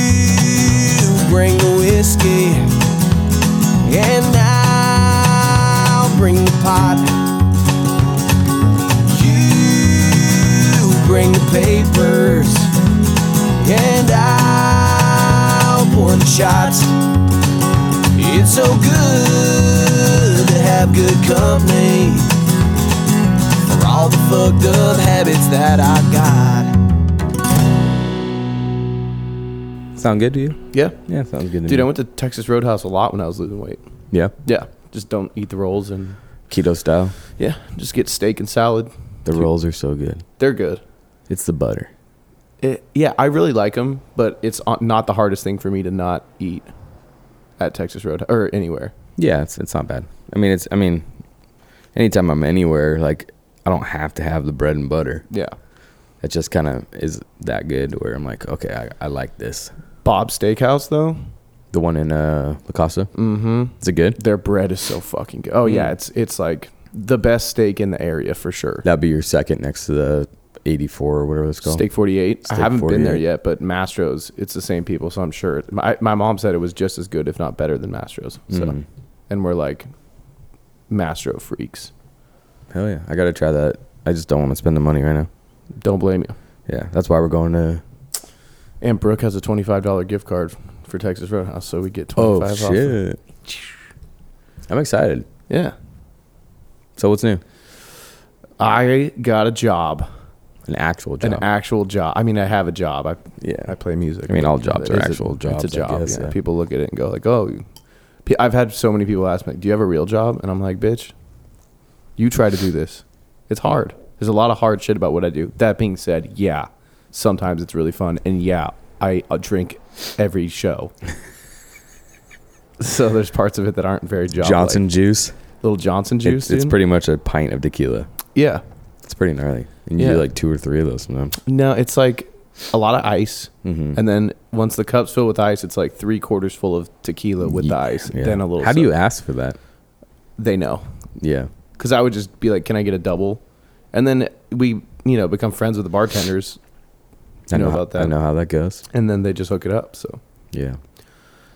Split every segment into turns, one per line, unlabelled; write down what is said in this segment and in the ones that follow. You bring the whiskey, and I'll bring the pot. You bring the papers, and I'll pour the shots. It's so good to have good company for all the fucked up habits that I got.
Sound good to you?
Yeah.
Yeah, sounds good to
Dude,
me.
I went to Texas Roadhouse a lot when I was losing weight.
yeah,
Yeah. Just don't eat the rolls and
keto style.
yeah, just get steak and salad.
The rolls are so good.
They're good.
It's the butter.
It, Eh, yeah, I really like them, but it's o- not the hardest thing for me to not eat at Texas Roadhouse or anywhere.
Yeah, it's it's not bad. I mean, it's I mean, anytime I'm anywhere, like I don't have to have the bread and butter.
Yeah.
It just kind of is that good where I'm like, okay, I, I like this.
Bob's Steakhouse though,
The one in uh, La Casa. Mm-hmm. Is it good?
their bread is so fucking good. Oh yeah,
Mm.
it's it's like the best steak in the area for sure.
That'd be your second next to the 84 or whatever it's called.
Steak 48.
Steak
I haven't been there
48.
yet, but Mastro's, it's the same people, so I'm sure. My, my mom said it was just as good, if not better than Mastro's. So,
Mhm.
and we're like Mastro freaks.
Hell yeah, I gotta try that. I just don't want to spend the money right now.
Don't blame you.
Yeah, that's why we're going to.
And Brooke has a $25 gift card for Texas Roadhouse, so we get 25
Oh
off. of-
shit! I'm excited.
Yeah.
So what's new?
I got a job,
An actual job.
an actual job. I mean, I have a job. I
yeah.
I play music.
I mean, all jobs are
It's a-
actual jobs, I
It's a job.
guess,
yeah.
yeah.
People look at it and go like, "Oh." you- P- I've had so many people ask me, "Do you have a real job?" And I'm like, "Bitch, you try to do this. It's hard. There's a lot of hard shit about what I do." That being said, yeah, sometimes it's really fun, and yeah, I uh, drink every show. so there's parts of it that aren't very job.
Johnson juice.
little Johnson juice.
It's, it's
dude.
pretty much a pint of tequila.
Yeah.
It's pretty gnarly. And you
Yeah.
do like two or three of those sometimes.
No, it's like a lot of ice.
Mm-hmm.
And then once the cup's filled with ice, it's like three quarters full of tequila with the ice, then a little.
How do you
soda.
ask for that?
They know,
Yeah.
because I would just be like, "Can I get a double?" And then we, you know, become friends with the bartenders,
I
You know
how-
about that.
I know how that goes.
and then they just hook it up. So
Yeah.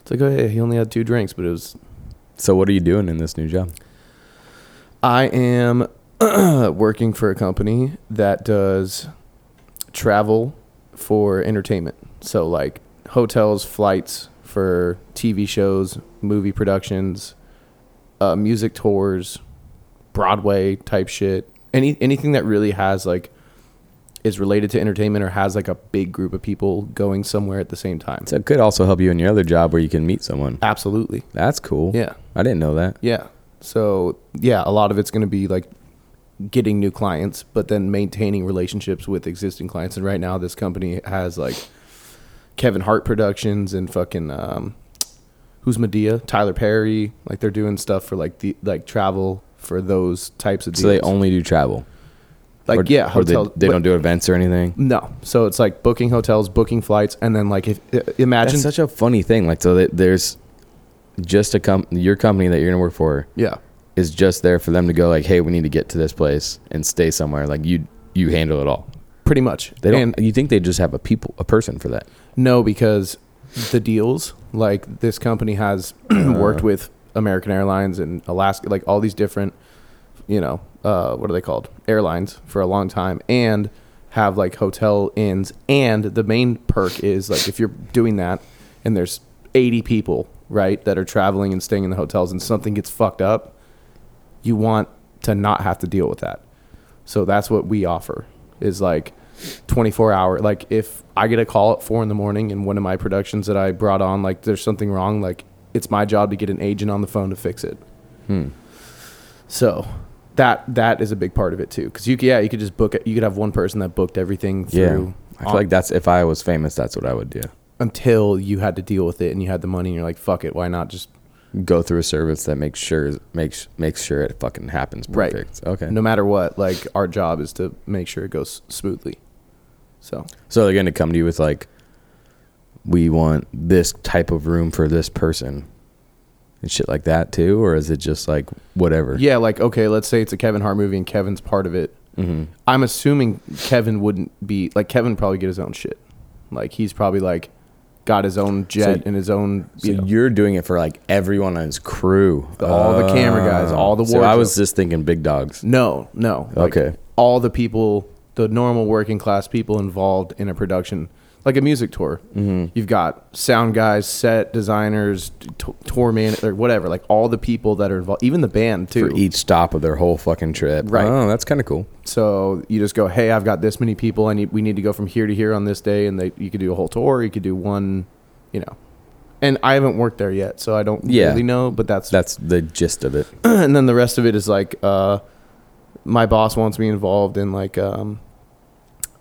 it's like, oh hey, he only had two drinks, but it was.
So what are you doing in this new job?
I am working for a company that does travel for entertainment. So like hotels, flights for TV shows, movie productions, uh, music tours, Broadway type shit. Any anything that really has like is related to entertainment or has like a big group of people going somewhere at the same time.
So it could also help you in your other job where you can meet someone.
Absolutely.
That's cool.
Yeah.
I didn't know that.
Yeah. So yeah, a lot of it's going to be like getting new clients, but then maintaining relationships with existing clients. And right now, this company has like Kevin Hart Productions and fucking um, who's Medea, Tyler Perry. Like they're doing stuff for like the like travel for those types of deals.
So they only do travel.
like
Or-
yeah
or they-
hotel.
they, don't do events or anything.
no. So it's like booking hotels, booking flights, and then like if i- imagine
That's such a funny thing. Like so, that there's just a com- your company that you're gonna work for
yeah
is just there for them to go like, hey, we need to get to this place and stay somewhere. Like you you handle it all.
pretty much
They don't.
And-
you think they just have a people a person for that?
No, because the deals, like this company has worked with American Airlines and Alaska, like all these different, you know, uh, what are they called? Airlines for a long time and have like hotel inns. And the main perk is like if you're doing that and there's 80 people, right, that are traveling and staying in the hotels and something gets fucked up, you want to not have to deal with that. So that's what we offer is like 24 hour. Like if I get a call at four in the morning and one of my productions that I brought on, like there's something wrong, like it's my job to get an agent on the phone to fix it.
Hmm.
So that that is a big part of it too, because you c- yeah you could just book it. You could have one person that booked everything through.
I feel like that's if I was famous, that's what I would do.
until you had to deal with it and you had the money and you're like fuck it, why not just
Go through a service that makes sure makes makes sure it fucking happens
Right.
perfect. Okay.
no matter what like our job is to make sure it goes smoothly. So
So they're gonna come to you with like, we want this type of room for this person, and shit like that too, or is it just like whatever?
Yeah, like okay, let's say it's a Kevin Hart movie and Kevin's part of it.
Mm-hmm.
I'm assuming Kevin wouldn't be like Kevin would probably get his own shit. Like he's probably like, got his own jet
So-
and his own.
So
You know,
you're doing it for like everyone on his crew,
All the camera guys,
Ah.
all the
So I was
wardrobe.
just thinking big dogs.
no, no. like,
Okay.
all the people, the normal working class people involved in a production, like a music tour. Mm-hmm. You've got sound guys, set designers, t- tour man, or whatever. Like all the people that are involved, even the band too.
For each stop of their whole fucking trip.
Right.
Oh, that's kind of cool.
So you just go, hey, I've got this many people. I need. We need to go from here to here on this day, and they you could do a whole tour. You could do one, you know. And I haven't worked there yet, so I don't
Yeah.
really know. But that's
That's the gist of it.
and then the rest of it is like uh, my boss wants me involved in like um,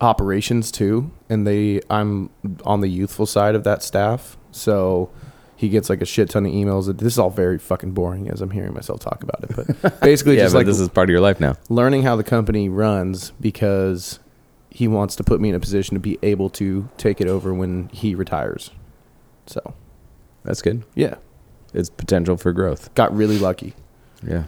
operations too, and they I'm on the youthful side of that staff, so he gets like a shit ton of emails. This is all very fucking boring as I'm hearing myself talk about it, but basically
yeah,
just
but
like
this is part of your life now.
learning how the company runs because he wants to put me in a position to be able to take it over when he retires. So
That's good.
yeah,
It's potential for growth.
got really lucky.
Yeah.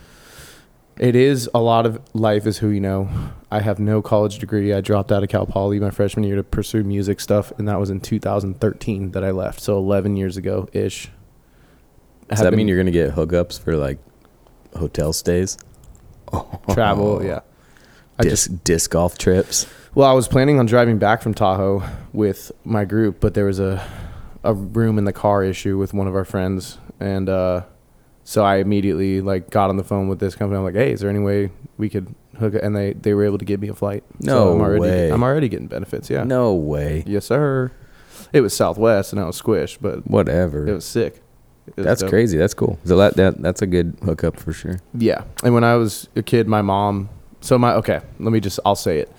It is a lot of life is who you know. I have no college degree. I dropped out of Cal Poly my freshman year to pursue music stuff, and that was in 2013 that I left. So 11 years ago ish.
Does that mean you're gonna get hookups for like hotel stays?
travel? Yeah. I
Disc disc golf trips.
Well, I was planning on driving back from Tahoe with my group, but there was a a room in the car issue with one of our friends, and uh, so I immediately like got on the phone with this company. I'm like, "Hey, is there any way we could hook?" up? And they they were able to get me a flight.
No
I'm already,
way.
I'm already getting benefits. Yeah.
No way.
Yes, sir. It was Southwest, and I was squished, but
Whatever.
it was sick. It was
that's
dope.
crazy. That's cool. So that, that that's a good hookup for sure.
Yeah. And when I was a kid, my mom. So my okay, let me just I'll say it.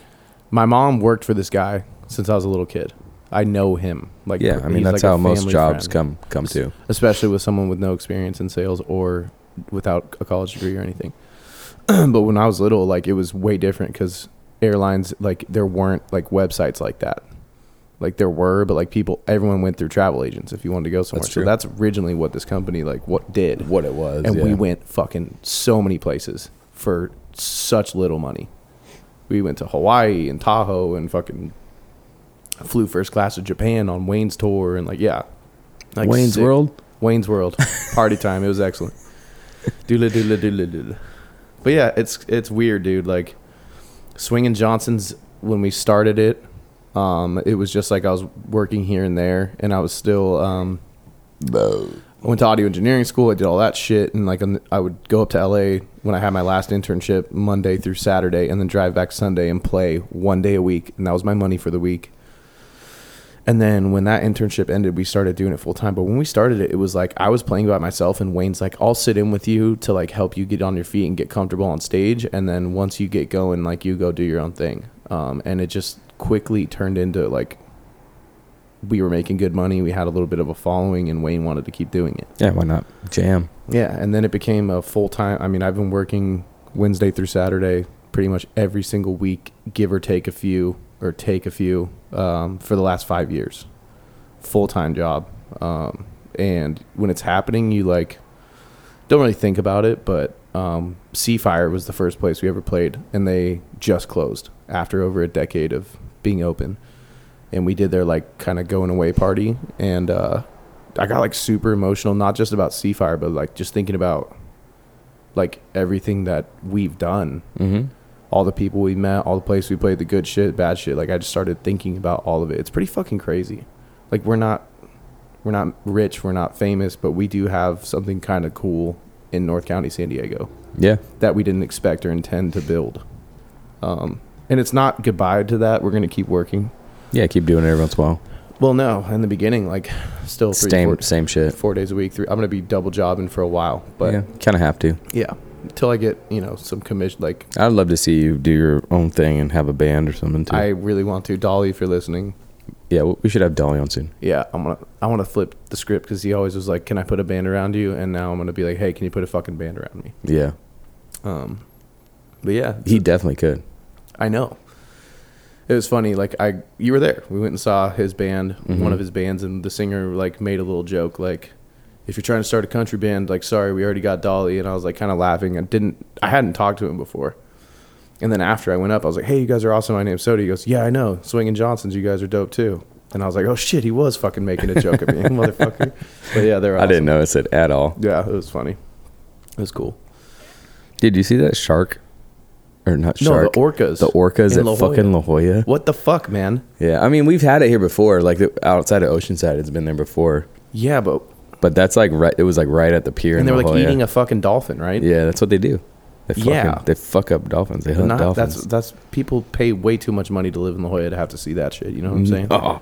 My mom worked for this guy since I was a little kid. I know him. Like
Yeah, I mean
he's
that's
like a
how most
family
jobs
friend,
come come to.
especially with someone with no experience in sales or without a college degree or anything. but when I was little, like it was way different because airlines like there weren't like websites like that. Like there were, but like people, everyone went through travel agents if you wanted to go somewhere. so
true.
that's originally what this company like what did
What it was.
and we
yeah.
went fucking so many places for such little money. We went to Hawaii and Tahoe and fucking flew first class to Japan on Wayne's tour and like yeah, like
Wayne's
sick-
World.
Wayne's World party time. It was excellent. Doodle doodle doodle doodle. But yeah, it's it's weird, dude. Like swinging Johnson's when we started it, um, it was just like I was working here and there, and I was still um, I went to audio engineering school. I did all that shit, and like on the- I would go up to LA when I had my last internship Monday through Saturday, and then drive back Sunday and play one day a week, and that was my money for the week. And then when that internship ended, we started doing it full time. But when we started it, it was like I was playing by myself, and Wayne's like, "I'll sit in with you to like help you get on your feet and get comfortable on stage, and then once you get going, like you go do your own thing." Um, and it just quickly turned into like we were making good money. We had a little bit of a following, and Wayne wanted to keep doing it.
Yeah, why not? Jam.
Yeah, and then it became a full time. I mean, I've been working Wednesday through Saturday pretty much every single week, give or take a few or take a few um, for the last five years. Full time job, um, and when it's happening, you like don't really think about it. But um, Seafire was the first place we ever played, and they just closed after over a decade of being open. And we did their like kind of going away party, and uh, I got like super emotional, not just about Seafire, but like just thinking about like everything that we've done,
Mm-hmm.
all the people we met, all the places we played, the good shit, bad shit. Like I just started thinking about all of it. It's pretty fucking crazy. Like we're not, we're not rich, we're not famous, but we do have something kind of cool in North County, San Diego
Yeah.
that we didn't expect or intend to build. Um, and it's not goodbye to that. We're gonna keep working.
Yeah, keep doing it every once in a while.
Well, no, in the beginning, like still three,
same
four-
same shit.
four days a week. Three, I'm gonna be double jobbing for a while, but
yeah,
yeah,
kinda have to.
until I get you know some commission. Like
I'd love to see you do your own thing and have a band or something too.
I really want to Dolly if you're listening.
yeah, we- we should have Dolly on soon.
Yeah, I'm gonna I want to flip the script because he always was like, "Can I put a band around you?" And now I'm gonna be like, "Hey, can you put a fucking band around me?"
Yeah,
Um, but yeah,
he definitely could.
I know. It was funny, like I you were there. We went and saw his band,
Mm-hmm.
one of his bands, and the singer like made a little joke like if you're trying to start a country band, like sorry, we already got Dolly and I was like kinda laughing. I didn't I hadn't talked to him before. And then after I went up, I was like, Hey, you guys are awesome, my name's Soda. He goes, Yeah, I know. Swinging Johnsons, you guys are dope too. And I was like, oh shit, he was fucking making a joke at me, motherfucker. But yeah, they're.
I
Awesome.
didn't notice it at all.
Yeah, it was funny. It was cool.
Did you see that shark? Or not
No,
shark?
the orcas.
The orcas
in
at
La Jolla.
fucking La Jolla.
What the fuck, man?
Yeah, I mean we've had it here before. Like the, outside of Oceanside, it's been there before.
Yeah, but
But that's like right. It was like right at the pier.
and they
in
were
La
like
Jolla.
eating a fucking dolphin, right?
Yeah, that's what they do. They fucking,
Yeah.
they fuck up dolphins. They hunt
Not,
dolphins.
That's that's people pay way too much money to live in La Jolla to have to see that shit. You know what I'm saying?
Oh,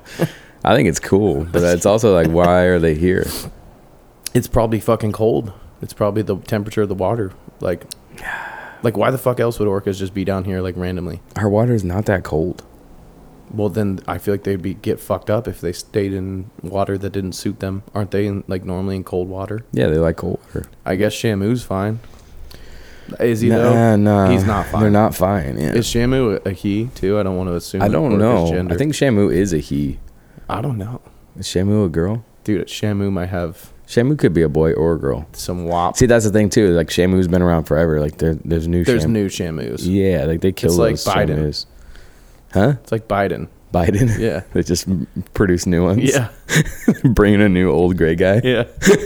I think it's cool, but it's also like, why are they here?
It's probably fucking cold. It's probably the temperature of the water. Like, like why the fuck else would orcas just be down here like randomly?
Our water's not that cold.
Well, then I feel like they'd be get fucked up if they stayed in water that didn't suit them. Aren't they in, like normally in cold water?
Yeah, they like cold water.
I guess Shamu's fine. Is he
Nah,
though?
nah,
he's not fine.
They're not fine. Yeah,
Is Shamu a he too? I don't want to assume.
I
orca's
don't know.
gender.
I think Shamu is a he.
I don't know,
Is Shamu a girl?
dude. Shamu might have
Shamu could be a boy or a girl.
some wop.
See, that's the thing too. Like Shamu's been around forever. Like there, there's new.
There's
Shamu.
new Shamus.
Yeah, like they kill
It's like
those
Biden.
Shamus. Huh?
It's like Biden.
Biden.
Yeah.
they just produce new ones. bringing a new old gray guy.
Yeah.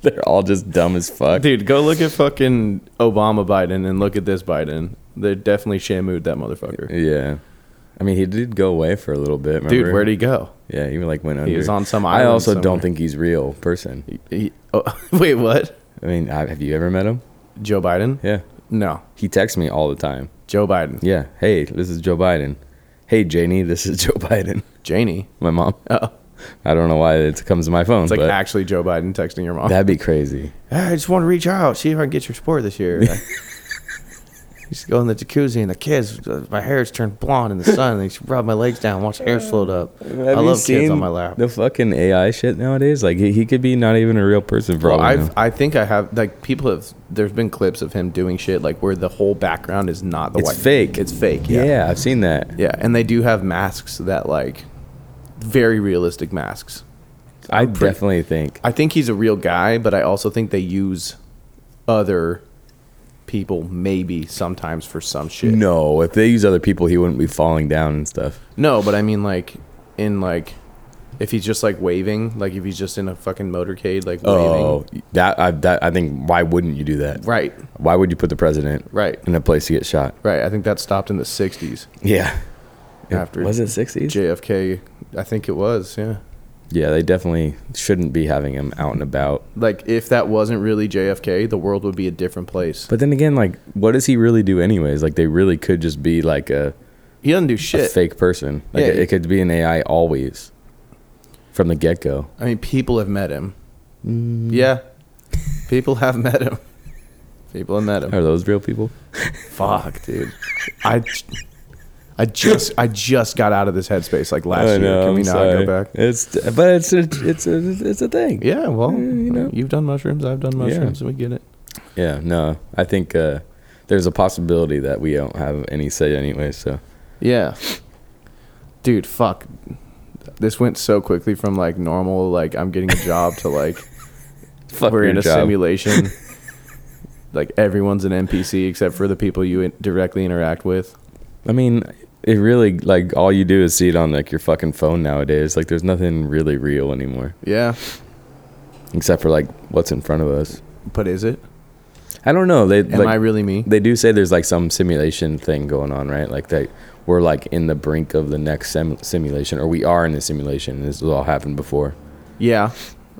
They're all just dumb as fuck.
Dude, go look at fucking Obama Biden and look at this Biden. They definitely shamu'd that motherfucker.
Yeah. I mean, he did go away for a little bit. Remember?
Dude, where'd he go?
Yeah, he like went under.
He was on some
I
island
also
somewhere.
don't think he's real person.
He- he- oh, wait, what?
I mean, I, have you ever met him?
Joe Biden?
Yeah.
No,
He texts me all the time.
Joe Biden.
Yeah. Hey, this is Joe Biden. Hey, Janie, this is Joe Biden.
Janie.
My mom.
Oh,
I don't know why it comes to my phone,
it's like
but
actually Joe Biden texting your mom.
that'd be crazy.
"Hey, I just want to reach out, see if I can get your support this year. Like, used to go in the jacuzzi and the kids, uh, my hair's turned blonde in the sun. And they used to rub my legs down, watch hair float up. I
Have you
love kids
seen
on my lap.
The fucking AI shit nowadays. Like he, he could be not even a real person for
Well,
all I know.
I've, I think I have like people have. There's been clips of him doing shit like where the whole background is not the
It's
white.
fake.
It's fake. Yeah.
Yeah.
yeah,
I've seen that.
And they do have masks that like very realistic masks.
I definitely think
I think he's a real guy, but I also think they use other people maybe sometimes for some shit.
no. If they use other people, he wouldn't be falling down and stuff.
No, but I mean like in like if he's just like waving, like if he's just in a fucking motorcade, like
Oh,
waving.
that I that I think. Why wouldn't you do that?
Right.
Why would you put the president
Right.
in a place to get shot?
Right. I think that stopped in the '60s
Yeah.
after
was it sixties?
JFK. I think it was, yeah.
yeah, they definitely shouldn't be having him out and about.
Like if that wasn't really JFK, the world would be a different place.
But then again, like, what does he really do anyways? Like, they really could just be like a,
He doesn't do
a
shit.
fake person. Like,
Yeah.
it, could be an AI always from the get go.
I mean, people have met him. Yeah, people have met him. People have met him.
Are those real people?
Fuck, dude. I, I just I just got out of this headspace like last year. Can we not go back?
It's but it's a, it's a, it's a thing.
Yeah, well, you
you know.
know, you've done mushrooms. I've done mushrooms. We get it.
Yeah, no, I think uh, there's a possibility that we don't have any say anyway. So
Yeah. Dude, fuck. This went so quickly from like normal, like I'm getting a job to like
fuck
we're
your
in a
job.
simulation. like everyone's an NPC except for the people you in- directly interact with.
I mean, it really like all you do is see it on like your fucking phone nowadays. Like there's nothing really real anymore
Yeah,
except for like what's in front of us.
but is it?
I don't know. They
Am
like
I really me?
they do say there's like some simulation thing going on, right? Like that we're like in the brink of the next sim- simulation, or we are in the simulation. and This has all happened before.
Yeah,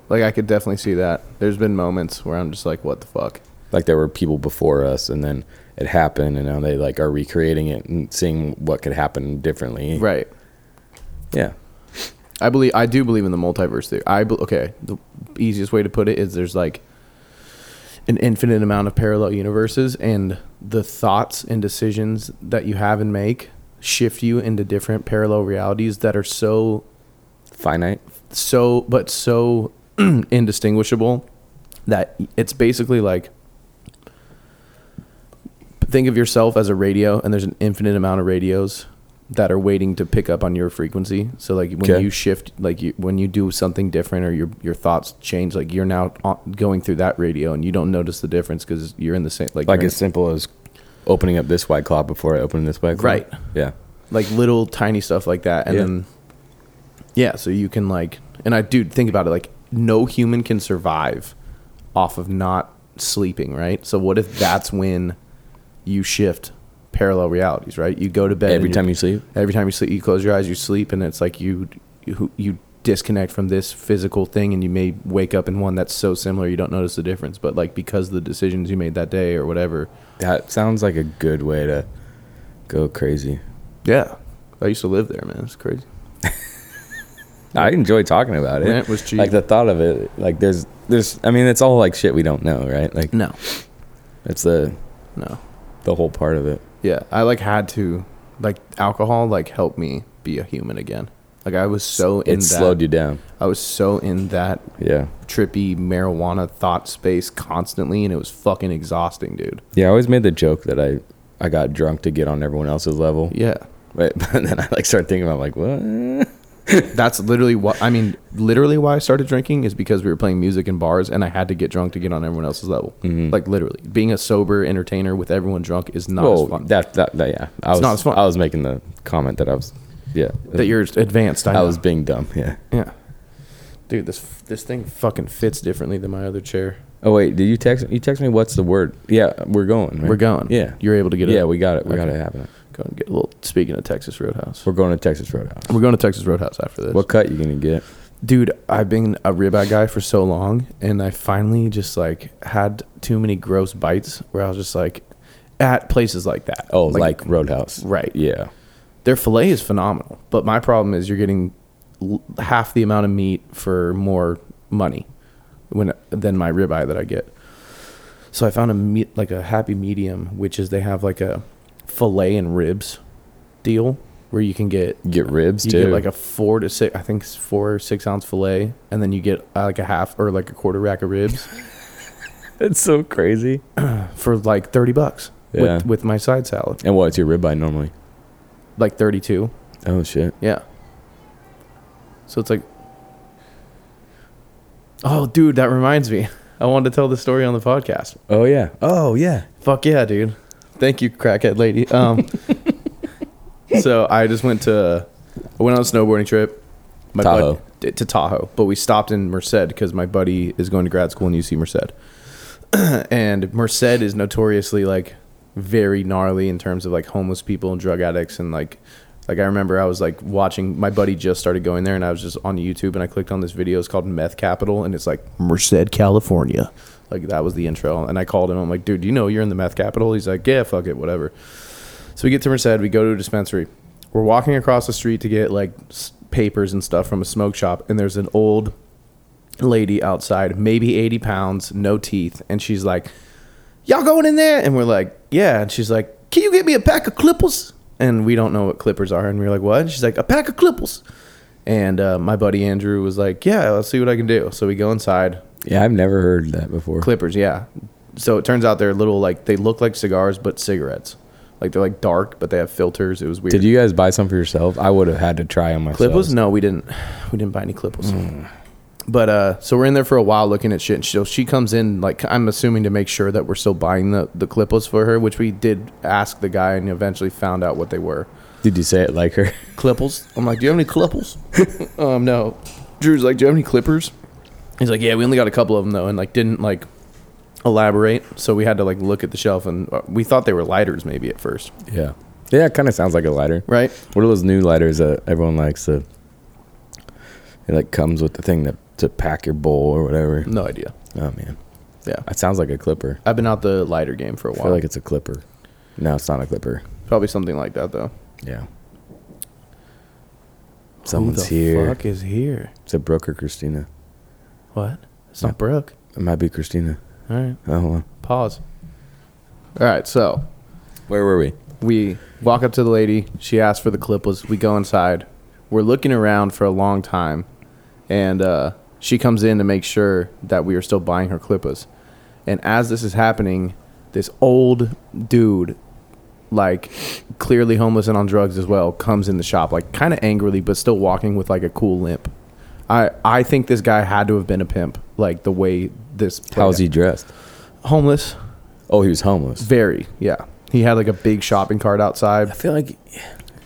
like I could definitely see that. There's been moments where I'm just like, what the fuck?
Like there were people before us, and then it happened, and now they like are recreating it and seeing what could happen differently.
Right.
Yeah.
I believe I do believe in the multiverse theory. I be, okay. The easiest way to put it is there's like an infinite amount of parallel universes, and the thoughts and decisions that you have and make shift you into different parallel realities that are so
Finite.
so but so indistinguishable that it's basically like think of yourself as a radio and there's an infinite amount of radios that are waiting to pick up on your frequency so like when
Okay.
you shift like you, when you do something different or your your thoughts change like you're now on, going through that radio and you don't notice the difference cuz you're in the same like
Like
you're in-
as simple as opening up this white claw before I open this white claw.
Right.
Yeah.
like little tiny stuff like that, and
Yeah.
then yeah, so you can like, and I dude, think about it, like no human can survive off of not sleeping, right? So what if that's when you shift parallel realities, right? You go to bed
Every
and
time you sleep?
Every time you sleep, you close your eyes, you sleep, and it's like you you, you disconnect from this physical thing, and you may wake up in one that's so similar you don't notice the difference. But like because of the decisions you made that day or whatever,
That sounds like a good way to go crazy.
yeah. I used to live there, man. It's crazy.
I enjoy talking about it.
Rent was cheap.
Like the thought of it, like there's, there's. I mean, it's all like shit we don't know, right? Like
No,
it's the
no.
the whole part of it.
Yeah, I like had to like alcohol like helped me be a human again. Like I was so in
It
that
slowed you down.
I was so in that
Yeah,
trippy marijuana thought space constantly and it was fucking exhausting, dude.
yeah. I always made the joke that I I got drunk to get on everyone else's level,
Yeah.
but, but then I like started thinking about like what?
That's literally what I mean, literally why I started drinking is because we were playing music in bars and I had to get drunk to get on everyone else's level.
Mm-hmm.
Like literally. Being a sober entertainer with everyone drunk is not
Well,
as fun.
that, that that yeah. I was
not as fun.
I was making the comment that I was yeah
that you're advanced. I,
I
know.
was being dumb. Yeah.
yeah. Dude, this this thing fucking fits differently than my other chair.
Oh wait, did you text you text me? What's the word? Yeah, we're going. right?
We're going.
Yeah,
You're able to get it.
yeah. We got it. We got
Okay.
it happening.
Go and get a little. Speaking of Texas Roadhouse,
We're going to Texas Roadhouse.
we're going to Texas Roadhouse after this.
What cut you gonna get?
Dude, I've been a ribeye guy for so long, and I finally just like had too many gross bites where I was just like, at places like that.
Oh, like, Roadhouse.
right.
Yeah.
Their fillet is phenomenal, but my problem is you're getting l- half the amount of meat for more money when than my ribeye that I get. So I found a meat like a happy medium, which is they have like a fillet and ribs deal where you can get
You get ribs
you
too.
get like a four to six, I think it's four or six ounce fillet, and then you get uh, like a half or like a quarter rack of ribs
That's so crazy.
for like thirty bucks
Yeah.
with with my side salad,
And what's your ribeye normally?
like thirty two.
Oh shit.
Yeah. So it's like, oh, dude, that reminds me. I wanted to tell the story on the podcast.
Oh yeah. Oh yeah.
Fuck yeah, dude. Thank you, crackhead lady. Um, so I just went to, I went on a snowboarding trip. My
Tahoe.
bud- t- to Tahoe, but we stopped in Merced because my buddy is going to grad school in UC Merced, and Merced is notoriously like very gnarly in terms of like homeless people and drug addicts and like. Like I remember, I was like watching. My buddy just started going there, and I was just on YouTube, and I clicked on this video. It's called Meth Capital, and it's like Merced, California. Like that was the intro, and I called him. I'm like, dude, do you know you're in the meth capital? He's like, yeah, fuck it, whatever. So we get to Merced, we go to a dispensary. We're walking across the street to get like s- papers and stuff from a smoke shop, and there's an old lady outside, maybe 80 pounds, no teeth, and she's like, Y'all going in there? And we're like, Yeah. And she's like, Can you get me a pack of clippers? And we don't know what clippers are, and we're like, What? And she's like, A pack of clippers. And uh, my buddy Andrew was like, Yeah, let's see what I can do. So we go inside,
Yeah, I've never heard that before.
Clippers, yeah. So it turns out they're little like they look like cigars but cigarettes. Like they're like dark but they have filters. It was weird.
Did you guys buy some for yourself? I would have had to try them myself.
Clipples? No, we didn't. We didn't buy any Clipples.
Hmm.
But uh, so we're in there for a while looking at shit. And so she comes in like I'm assuming to make sure that we're still buying the the Clipples for her, which we did ask the guy and eventually found out what they were.
Did you say it like her?
Clipples. I'm like, do you have any clipples? um, no. Drew's like, do you have any clippers? He's like, yeah, we only got a couple of them though, and like didn't like elaborate. So we had to like look at the shelf, and uh, we thought they were lighters maybe at first,
Yeah. Yeah, it kind of sounds like a lighter.
right?
What are those new lighters that everyone likes? The it like comes with the thing that to pack your bowl or whatever.
No idea.
Oh man,
Yeah,
that sounds like a clipper.
I've been out the lighter game for a
I
while.
feel like it's a clipper. No, it's not a clipper.
Probably something like that though.
Yeah. Someone's here.
Fuck is here?
It's a Brooke or Christina.
What? It's
not
not Brooke.
It might be Christina.
All right,
Oh, hold on.
pause. All right, so
Where were we?
We walk up to the lady. She asks for the clipless. We go inside. We're looking around for a long time, and uh, she comes in to make sure that we are still buying her clippers. And as this is happening, this old dude, like clearly homeless and on drugs as well, comes in the shop, like kind of angrily, but still walking with like a cool limp. I I think this guy had to have been a pimp, like the way this. played
How's
out.
he dressed?
homeless?
Oh, he was homeless.
Very yeah. He had like a big shopping cart outside.
I feel like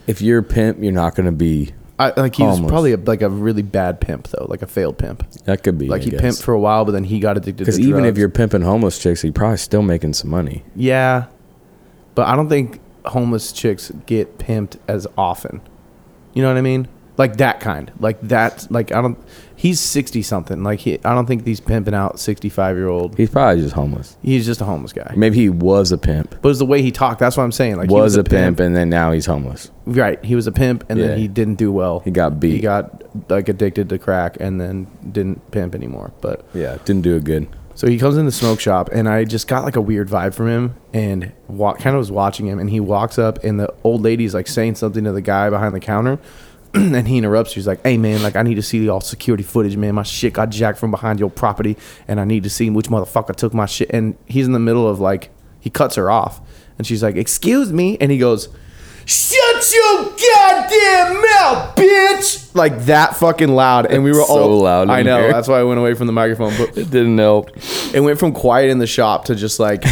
if you're a pimp, you're not going to be.
I, like he was
Almost.
probably a, like a really bad pimp though, like a failed pimp.
That could be.
Like
I
he
guess.
pimped for a while, but then he got addicted.
Because
to
even if
drugs.
you're pimping homeless chicks, you're probably still making some money.
yeah, but I don't think homeless chicks get pimped as often. You know what I mean? Like that kind, like that, like I don't. He's sixty something. Like he, I don't think he's pimping out sixty five year old.
He's probably just homeless.
He's just a homeless guy.
Maybe he was a pimp,
But it's the way he talked. That's what I'm saying. Like
was,
he
a, pimp, and then now he's homeless.
Right. He was a pimp, and
Yeah.
then he didn't do well.
He got beat.
He got like addicted to crack, and then didn't pimp anymore. But
yeah, didn't do it good.
so he comes in the smoke shop, and I just got like a weird vibe from him, and wa- kind of was watching him, and he walks up, and the old lady's like saying something to the guy behind the counter. And he interrupts. She's like, "Hey man, like I need to see all security footage, man. My shit got jacked from behind your property, and I need to see which motherfucker took my shit." And he's in the middle of like, he cuts her off, and she's like, "Excuse me," and he goes, Shut your goddamn mouth, bitch! Like that fucking loud, and we were
That's so
all
loud in
I know
here.
that's why I went away from the microphone, but
It didn't help.
it went from quiet in the shop to just like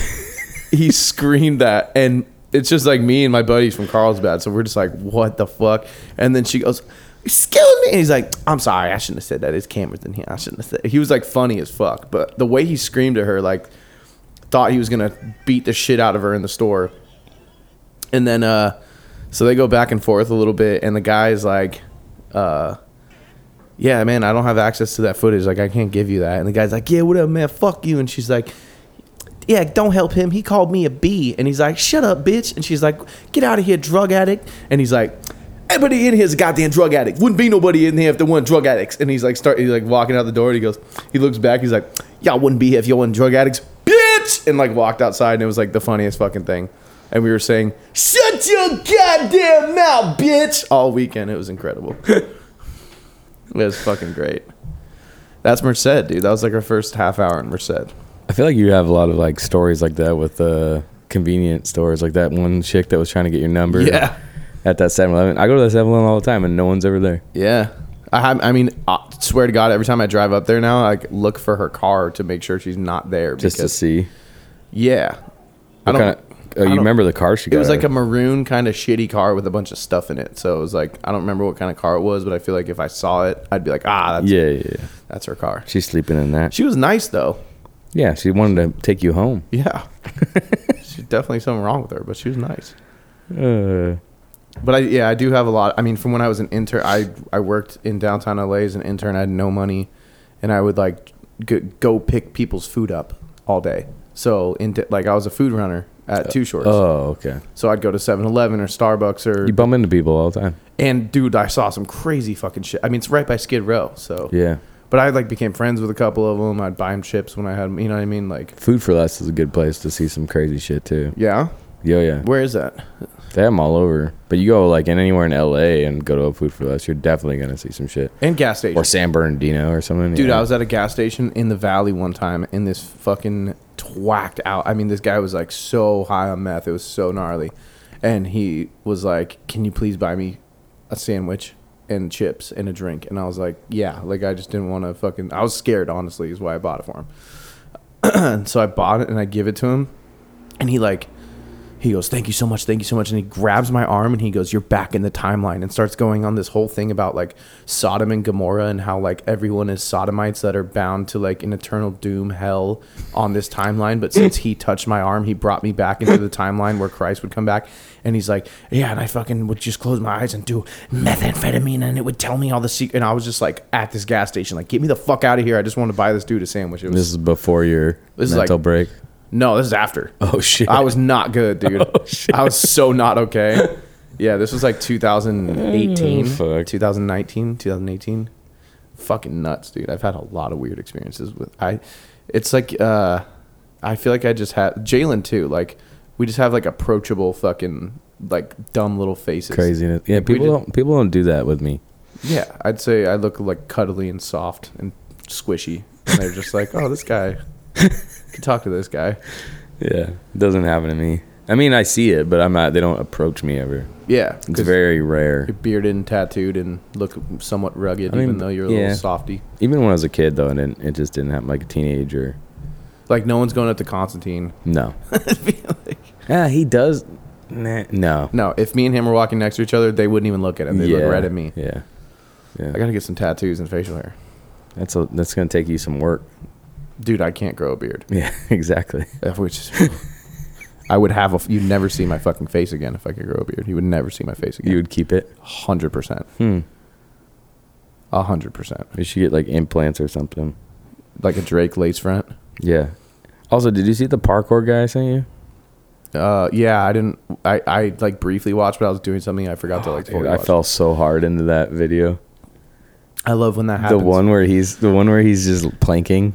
he screamed that, and it's just like me and my buddies from Carlsbad, so we're just like, what the fuck? And then she goes, "Excuse me," and he's like, "I'm sorry, I shouldn't have said that. His camera's in here. I shouldn't have said." He was like funny as fuck, but the way he screamed at her, like, thought he was gonna beat the shit out of her in the store. And then uh so they go back and forth a little bit and the guy's like uh yeah, man, I don't have access to that footage. Like I can't give you that. And the guy's like, "Yeah, what up, man? Fuck you." And she's like, "Yeah, don't help him. He called me a B." And he's like, "Shut up, bitch." And she's like, "Get out of here, drug addict." And he's like, "Everybody in here is a goddamn drug addict. Wouldn't be nobody in here if there weren't drug addicts." And he's like, start he's like walking out the door. And he goes, he looks back. He's like, "Y'all wouldn't be here if y'all weren't drug addicts, bitch." And like walked outside, and it was like the funniest fucking thing. And we were saying, "Shut your goddamn mouth, bitch!" all weekend. It was incredible. It was fucking great. That's Merced, dude. That was like our first half hour in Merced.
I feel like you have a lot of like stories like that with uh, convenience stores, like that one chick that was trying to get your number.
Yeah.
At that 7-Eleven, I go to that 7-Eleven all the time, and no one's ever there.
Yeah. I, have- I mean, I swear to God, every time I drive up there now, I like, look for her car to make sure she's not there.
Just to
because-
see.
Yeah. I
What
don't.
kind of? Oh, you
don't-
remember the car she got?
it was
out
like a
of.
maroon kind of shitty car with a bunch of stuff in it. So it was like I don't remember what kind of car it was, but I feel like if I saw it, I'd be like, ah, that's
Yeah, yeah, yeah.
that's her car.
She's sleeping in that.
She was nice though.
Yeah, she wanted to take you home.
Yeah. She's definitely something wrong with her, but she was nice.
Uh,
But I, yeah, I do have a lot. I mean, from when I was an intern, I I worked in downtown LA as an intern. I had no money, and I would like go, go pick people's food up all day. So in like I was a food runner at Two Shorts.
oh, okay.
so I'd go to 7-Eleven or Starbucks or
You bump into people all the time.
and dude, I saw some crazy fucking shit. I mean, it's right by Skid Row, so
Yeah.
But I like became friends with a couple of them. I'd buy them chips when I had 'em, You know what I mean? Like
Food for Less is a good place to see some crazy shit too.
yeah,
Yo, yeah.
where is that?
They have them all over. But you go like in anywhere in LA and go to a Food for Less, you're definitely gonna see some shit.
And gas station.
Or San Bernardino or something.
Dude,
yeah.
I was at a gas station in the valley one time, and this fucking twacked out. I mean, this guy was like so high on meth; it was so gnarly. And he was like, "Can you please buy me a sandwich and chips and a drink?" And I was like, "Yeah." Like, I just didn't want to fucking. I was scared, honestly, is why I bought it for him. And so I bought it and I give it to him, and he like he goes, "Thank you so much, thank you so much," and he grabs my arm and he goes, "You're back in the timeline," and starts going on this whole thing about like Sodom and Gomorrah and how like everyone is sodomites that are bound to like an eternal doom hell on this timeline. But since he touched my arm, he brought me back into the timeline where Christ would come back. And he's like, "Yeah," and I fucking would just close my eyes and do methamphetamine, and it would tell me all the secret. And I was just like at this gas station, like, "Get me the fuck out of here! I just want to buy this dude a sandwich." It was
this is before your
This is
mental
like-
break.
no, this is after.
Oh, shit.
I was not good, dude.
Oh, shit.
I was so not okay. Yeah, this was like 2018,
Mm, Fuck.
2019, 2018. Fucking nuts, dude. I've had a lot of weird experiences with I it's like uh I feel like I just had Jalen too, like we just have like approachable fucking like dumb little faces.
Craziness. Yeah,
Like, we
people
did-
don't people don't do that with me.
Yeah, I'd say I look like cuddly and soft and squishy. And they're just like, "Oh, this guy can talk to this guy."
Yeah. It doesn't happen to me. I mean I see it, but I'm not they don't approach me ever.
Yeah,
It's
'cause-
very rare.
You're bearded and tattooed and look somewhat rugged,
I mean,
even though you're a
yeah.
little softy.
Even when I was a kid though, I didn't it just didn't happen like a teenager.
Like no one's going up to Constantine.
No. yeah, he does. Nah, no.
No, if me and him were walking next to each other, they wouldn't even look at him. They'd look right at me.
Yeah. Yeah.
I gotta get some tattoos and facial hair.
that's a, that's going to take you some work.
Dude, I can't grow a beard.
Yeah, exactly.
If we just- I would have a. f- You'd never see my fucking face again if I could grow a beard. You would never see my face again.
You would keep it.
hundred percent,
Hmm.
a hundred percent,
You should get like implants or something.
like a Drake lace front.
Yeah. Also, did you see the parkour guy I sent you?
Uh, yeah, I didn't. I I like briefly watched, but I was doing something. I forgot to like.
Dude,
fully
I
watch.
fell so hard into that video.
I love when that happens.
The one where he's the one where he's just planking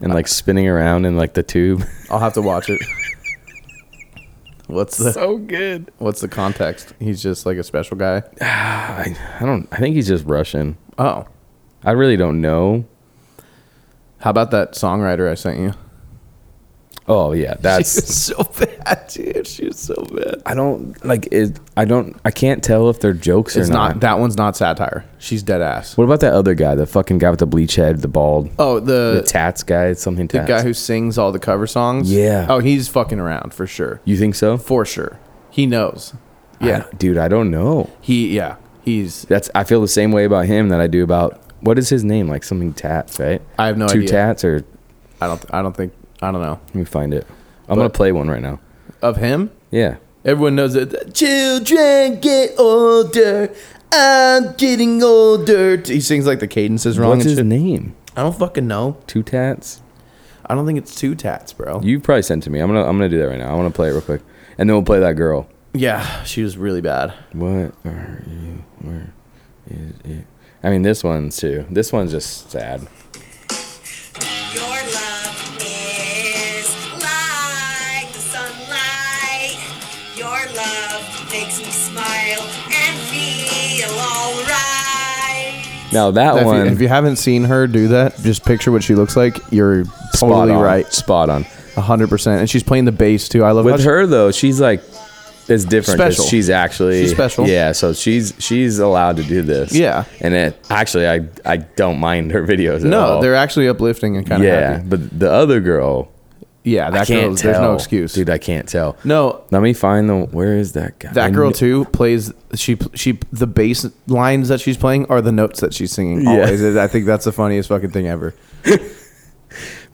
and like spinning around in like the tube.
I'll have to watch it. What's the
so good.
What's the context? He's just like a special guy.
I, I don't. I think he's just Russian.
Oh,
I really don't know.
how about that songwriter I sent you?
Oh yeah,
She
that's.
was so bad, dude. She was so bad.
I don't like it. I don't. I can't tell if they're jokes
It's
or not.
not, that one's not satire. She's dead ass.
What about that other guy? The fucking guy with the bleach head, the bald,
Oh, the
the tats Uh, guy, something.
the
Tats.
guy who sings all the cover songs.
Yeah.
Oh, he's fucking around for sure.
You think so?
For sure. He knows. Yeah.
I- dude. I don't know.
He yeah. He's
That's. I feel the same way about him that I do about what is his name? Like something tats, right?
I have no
Two
idea.
tats or
I don't I don't think I don't know.
let me find it. I'm gonna play one right now.
Of him?
Yeah.
Everyone knows that the children get older. I'm getting older. He sings like the cadences wrong
What's
and
his
shit.
name?
I don't fucking know.
Two tats.
I don't think it's two tats, bro.
You probably sent to me. I'm gonna. I'm gonna do that right now. I want to play it real quick, and then we'll play that girl.
yeah, she was really bad.
What are you? Where is it? I mean, this one's too. This one's just sad.
Your love is like the sunlight. Your love makes me smile and feel alright.
Now that
If you,
one,
if you haven't seen her do that, just picture what she looks like. You're
spot
totally
on,
right,
spot on.
hundred percent. And she's playing the bass too. I love how
With
she-
her though, she's like, it's different. 'cause
Special.
She's actually
She's special.
Yeah, so she's she's allowed to do this.
Yeah.
and it actually, I I don't mind her videos. At
No,
all.
they're actually uplifting and kind of
yeah,
happy.
but the other girl,
Yeah,
I
that
can't
girl's
tell.
there's no excuse.
dude. I can't tell.
no,
Let me find the. Where is that guy? I
that girl
kn-
too plays she she the bass lines that she's playing are the notes that she's singing
Yeah.
always. I think that's the funniest fucking thing ever.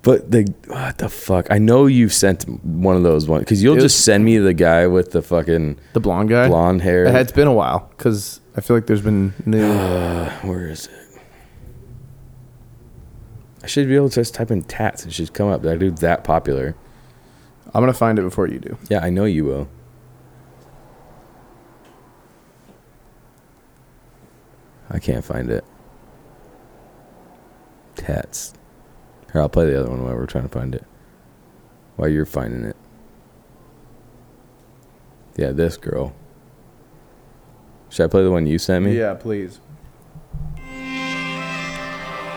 But the what the fuck? I know you've sent one of those ones because you'll
It was-
just send me the guy with the fucking
The blonde guy,
blonde hair.
It's been a while because I feel like there's been new.
Where is it? I should be able to just type in tats and she's come up. That dude's that popular.
I'm gonna find it before you do.
Yeah, I know you will. I can't find it. Tats. Here, I'll play the other one while we're trying to find it. While you're finding it. Yeah, this girl. Should I play the one you sent me?
Yeah, please.
Oh,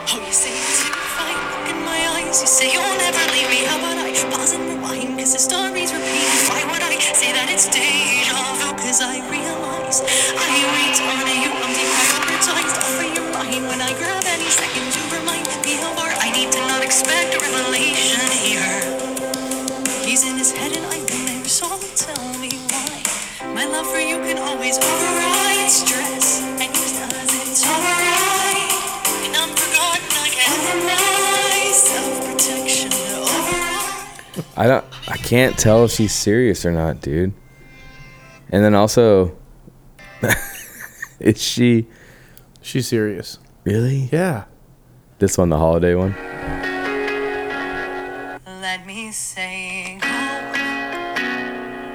you say it's you fight, look in my eyes. You say you'll never leave me. How about I pause and rewind? Cause the story's repeating. Why would I say that it's deja vu? Cause I realize I return to you. I'm deprioritized over your mind. When I grab any second to remind me how far I need to not expect a revelation here. He's in his head and I'm in there, so tell me why. My love for you can always override stress and use as it's alright. And I'm forgotten again. Override self protection. Override.
I don't. I can't tell if she's serious or not, dude. And then also, is she
She's serious.
really
Yeah.
this one the holiday one?
Let me say hello.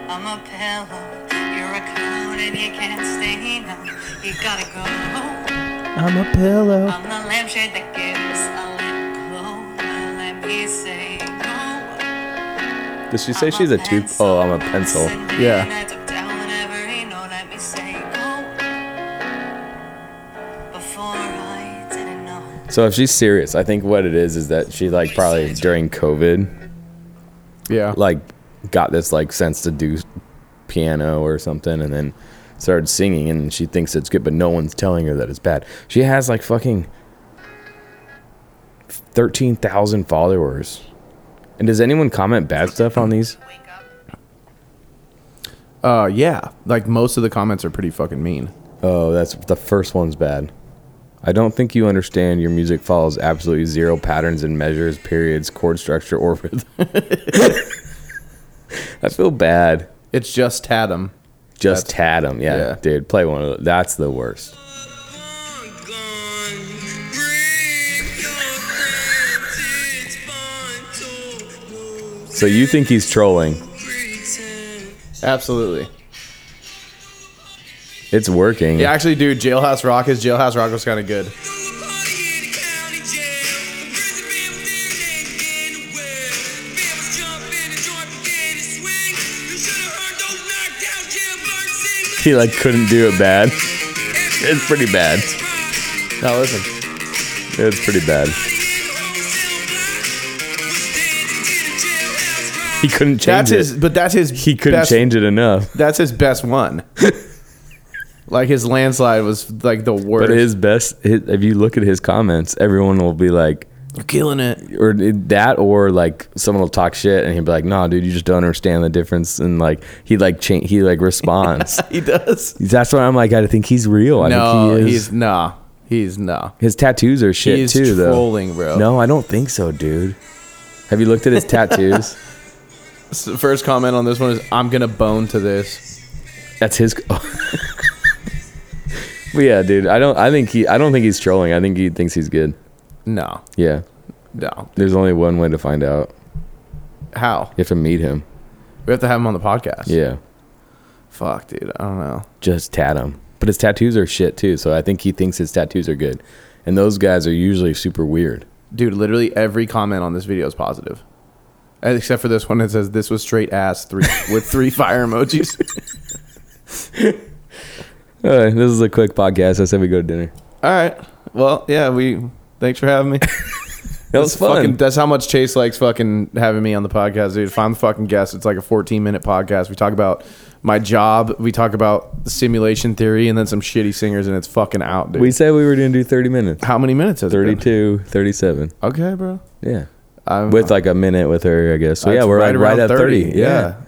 I'm a pillow. You're a clown and you can't stay now. You gotta go.
I'm a pillow.
I'm the lampshade that gives a lamp glow. Let me say hello.
Does she say she's a two oh, I'm a pencil.
Yeah.
So if she's serious, I think what it is is that she like probably during COVID
Yeah.
like got this like sense to do piano or something, and then started singing, and she thinks it's good, but no one's telling her that it's bad. She has like fucking thirteen thousand followers. And does anyone comment bad stuff on these?
Uh, yeah. Like most of the comments are pretty fucking mean.
Oh, that's the first one's bad. I don't think you understand. Your music follows absolutely zero patterns and measures, periods, chord structure, or rhythm. I feel bad.
It's just Tatum.
Just
That's-
tad him, yeah,
yeah.
dude. Play one of those. That's the worst. So you think he's trolling?
Absolutely.
It's working.
Yeah, actually, dude, Jailhouse Rock is Jailhouse Rock was kind of good.
He like couldn't do it bad. It's pretty bad.
Now listen.
It's pretty bad. He couldn't change
That's
it.
his, but that's his.
he couldn't
best-
change it enough.
That's his best one. like his landslide was like the worst.
But his best, his, if you look at his comments, everyone will be like,
You're killing it.
or that, or like someone will talk shit, and he'll be like, "Nah, dude, you just don't understand the difference." And like he like cha- he like responds.
He does.
That's why I'm like, I think he's real. I
no,
think he is.
he's nah. He's nah.
his tattoos are shit
He's
too, though.
trolling, bro.
No, I don't think so, dude. Have you looked at his tattoos?
S- First comment on this one is, "I'm gonna bone to this."
That's his. but yeah, dude, I don't. I think he. I don't think he's trolling. I think he thinks he's good.
No,
Yeah,
no.
there's only one way to find out.
How?
You have to meet him.
We have to have him on the podcast.
Yeah,
Fuck, dude. I don't know.
just tat him. But his tattoos are shit too, so I think he thinks his tattoos are good. And those guys are usually super weird.
Dude, literally every comment on this video is positive. Except for this one that says this was straight ass three with three fire emojis.
All right, this is a quick podcast. I said we go to dinner.
All right. Well, yeah, we thanks for having me.
That was fun.
Fucking, that's how much Chase likes fucking having me on the podcast, dude. If I'm the fucking guest, it's like a 14 minute podcast. We talk about my job, we talk about simulation theory, and then some shitty singers, and it's fucking out, dude.
we said we were going to do 30 minutes.
how many minutes has it been?
32, 37.
Okay, bro.
Yeah.
I'm,
With like a minute with her, I guess. So yeah,
That's
we're Uh-huh. right, right
around
at 30. Yeah.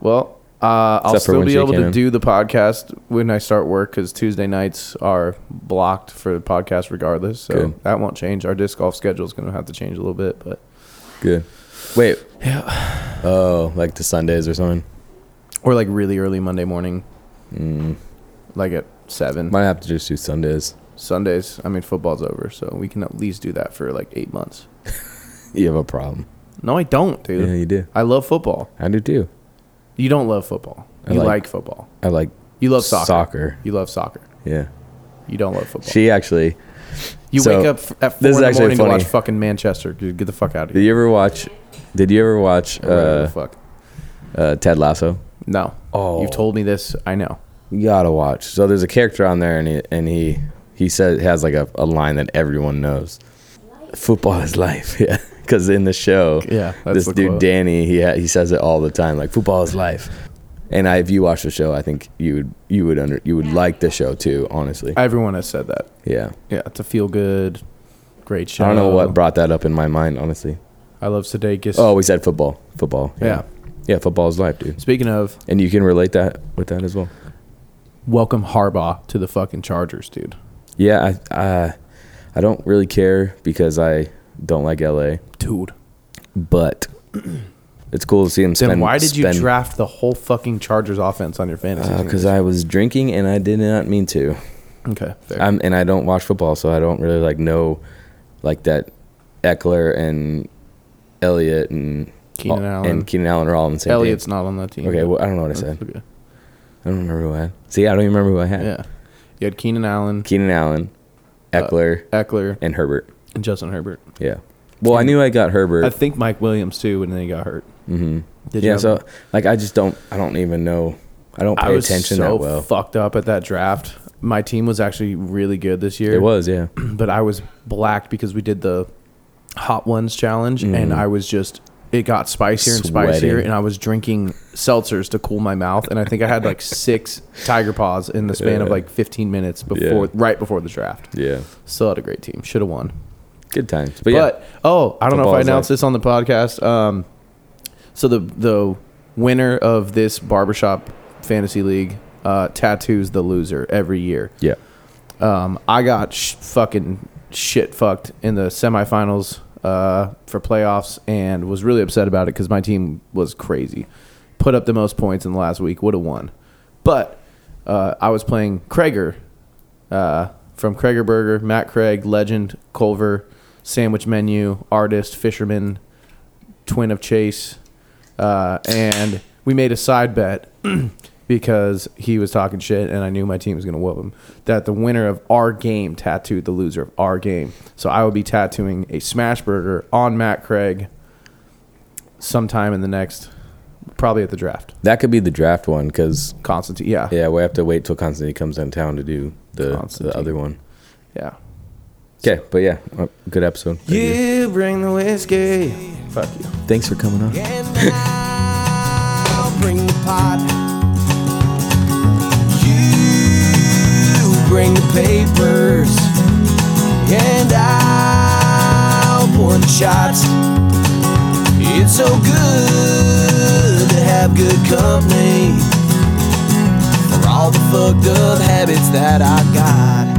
Well, uh, I'll
Except for
still
when
be
she
able
came
to
in.
do the podcast when I start work because Tuesday nights are blocked for the podcast regardless. So
Good.
that won't change. Our disc golf schedule is going to have to change a little bit, but
Good. Wait. Oh, like to Sundays or something.
or like really early Monday morning,
Mm.
like at seven
Might have to just do Sundays.
Sundays. I mean, football's over, so we can at least do that for like eight months.
You have a problem.
No, I don't, dude.
Yeah, you do.
I love football.
I do too.
You don't love football.
I
you like,
like-
football.
I like
You love soccer.
Soccer.
You love soccer.
Yeah.
You don't love football.
She actually.
You
So,
wake up f- at four
this is
in the
actually
morning to
funny.
watch fucking Manchester. Dude, get the fuck out of
Did
here.
you ever watch? Did you ever watch
Or whatever the
uh,
fuck.
uh, Ted Lasso?
No.
Oh.
You've told me this. I know.
You gotta watch. So there's a character on there, and he and he he says has like a, a line that everyone knows. Football is life. Yeah, because in the show,
Yeah, that's
this
the
dude
quote.
Danny, he ha- he says it all the time. Like football is life. And I, if you watch the show, I think you would you would under you would like the show too. Honestly,
Everyone has said that.
yeah.
Yeah, it's a feel good, great show.
I don't know what brought that up in my mind. Honestly,
I love Sudeikis.
oh, we said football, football.
Yeah.
yeah. Football is life, dude.
Speaking of,
And you can relate that with that as well.
welcome Harbaugh to the fucking Chargers, dude.
Yeah, I uh, I don't really care because I don't like LA,
Dude.
but it's cool to see him
Then
spend.
why did you draft the whole fucking Chargers offense on your fantasy team?
Because I was drinking and I did not mean to.
okay, fair.
I'm and I don't watch football, so I don't really like know like that Eckler and Elliott and
Keenan Allen.
and Keenan Allen are all on the same.
Elliott's
team.
not on that team.
Okay, well, I don't know what
That's
I said.
okay.
I don't remember who I had. See, I don't even remember who I had.
Yeah. Uh, You had Keenan Allen,
Keenan Allen, Eckler,
Eckler,
and Herbert.
and Justin Herbert.
Yeah. Well, I knew I got Herbert.
I think Mike Williams too, and then he got hurt. Mm-hmm. Did
yeah,
have-
so like I just don't I don't even know I don't pay
I was
attention
so
that well.
fucked up at that draft. My team was actually really good this year.
it was, yeah.
but I was blacked because we did the hot ones challenge, and I was just it got spicier and spicier,
Mm. Sweating.
and I was drinking seltzers to cool my mouth, and I think I had like six tiger paws in the span of
Yeah.
like 15 minutes before
Yeah.
right before the draft.
Yeah.
Still had a great team. Should have won.
Good times. But,
But oh, I don't know if
Football
I
is
announced
like-
this on the podcast. Um, so the the winner of this barbershop fantasy league uh, tattoos the loser every year.
Yeah.
Um, I got sh- fucking shit fucked in the semifinals uh, for playoffs and was really upset about it because my team was crazy. Put up the most points in the last week, would have won. But uh, I was playing Krager uh, from Krager Burger, Matt Craig, legend, Culver, sandwich menu, artist, fisherman, twin of Chase, uh, and we made a side bet because he was talking shit, and I knew my team was gonna whoop him. That the winner of our game tattooed the loser of our game, so I would be tattooing a smash burger on Matt Craig sometime in the next, probably at the draft.
That could be the draft one because
Constantine, yeah,
yeah, we have to wait till Constantine comes in town to do the, the
Constantine.
other one.
yeah.
Okay, but yeah, uh, good episode. Thank you.
You bring the whiskey.
Fuck you.
Thanks for coming on.
And I'll bring the pot. You bring the papers. And I'll pour the shots. It's so good to have good company. For all the fucked up habits that I got.